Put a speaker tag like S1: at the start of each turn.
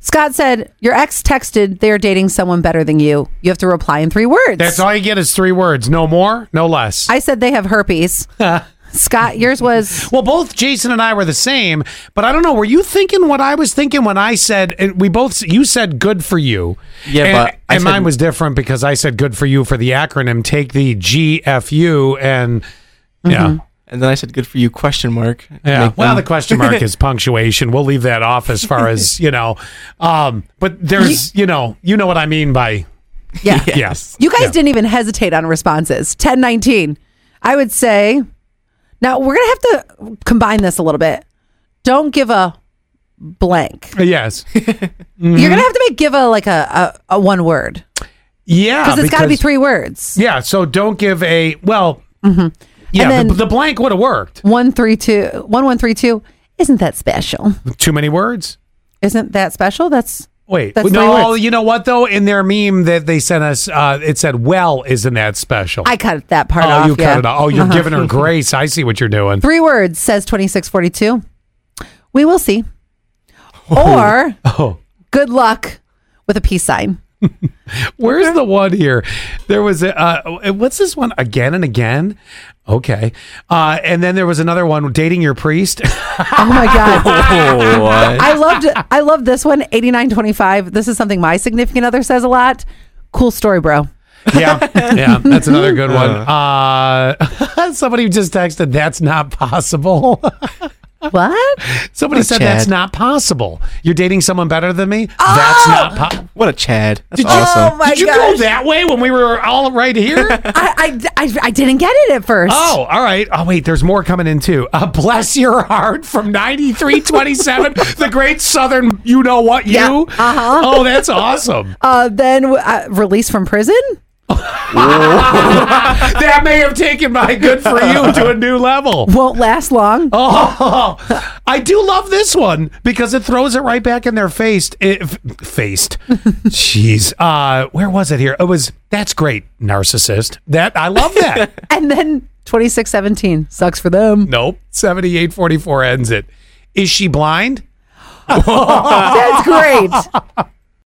S1: Scott said, Your ex texted they are dating someone better than you. You have to reply in three words.
S2: That's all you get is three words. No more, no less.
S1: I said they have herpes. Scott, yours was
S2: well, both Jason and I were the same, but I don't know. Were you thinking what I was thinking when I said and we both? You said "good for you,"
S3: Yeah,
S2: and,
S3: but I
S2: and mine
S3: said-
S2: was different because I said "good for you" for the acronym. Take the GFU and
S1: Mm-hmm.
S2: yeah,
S3: And then I said, "Good for you?" Question mark.
S2: Yeah.
S3: Make
S2: Well,
S3: them-
S2: the question mark is punctuation. We'll leave that off as far as, you know, um, but there's, you know, you know what I mean by
S1: yeah.
S2: yes.
S1: You guys didn't even hesitate on responses. 10 19. I would say now we're going to have to combine this a little bit. Don't give a blank.
S2: Yes. Mm-hmm.
S1: You're going to have to make give a like a, a, a one word
S2: Yeah.
S1: because it's got to be
S2: Ah, because-
S1: three words.
S2: Yeah. So don't give a, well, yeah,
S1: Mm-hmm. And
S2: the,
S1: then-
S2: the blank would have worked.
S1: One, three, two, one, one, three, two. Isn't that special?
S2: Too many words.
S1: Isn't that special? That's
S2: Wait,
S1: That's three
S2: no,
S1: words.
S2: you know what though? In their meme that they sent us, uh, it said, well, isn't that special?
S1: I cut that part
S2: oh,
S1: off.
S2: you
S1: yeah. Uh-huh.
S2: cut it off. Oh, you're giving her grace. I see what you're doing.
S1: Three words says 2642. We will see. Or
S2: Oh.
S1: good luck with a peace sign.
S2: Where's the one here? There was a, uh, what's this one again and again? Okay, uh, and then there was another one dating your priest.
S1: Oh my god.
S3: Oh, what?
S1: I loved I love this one 8925. This is something my significant other says a lot. Cool story, bro.
S2: yeah, yeah, that's another good one. Uh, somebody just texted, "That's not possible."
S1: What?
S2: somebody said,
S3: Chad.
S2: "That's not possible." You're dating someone better than me.
S1: Oh,
S2: That's not possible.
S3: what a Chad. That's
S2: Did you,
S3: awesome.
S1: my
S2: did you go
S1: gosh.
S2: that way when we were all right here?
S1: I, I, I, I didn't get it at first.
S2: Oh, all right. Oh, wait, there's more coming in too. Uh, bless your heart from 9327, the great southern you know what you.
S1: Yeah, uh-huh.
S2: Oh, that's awesome.
S1: Uh, then uh, release from prison? Uh-huh.
S2: that may have taken my good for you to a new level.
S1: Won't last long.
S2: Oh, I do love this one because it throws it right back in their face. It, f- faced. Jeez. Uh, where was it here? It was that's great, narcissist. That I love that.
S1: And then 2617 sucks for them.
S2: nope. 7844 ends it. Is she blind?
S1: That's great.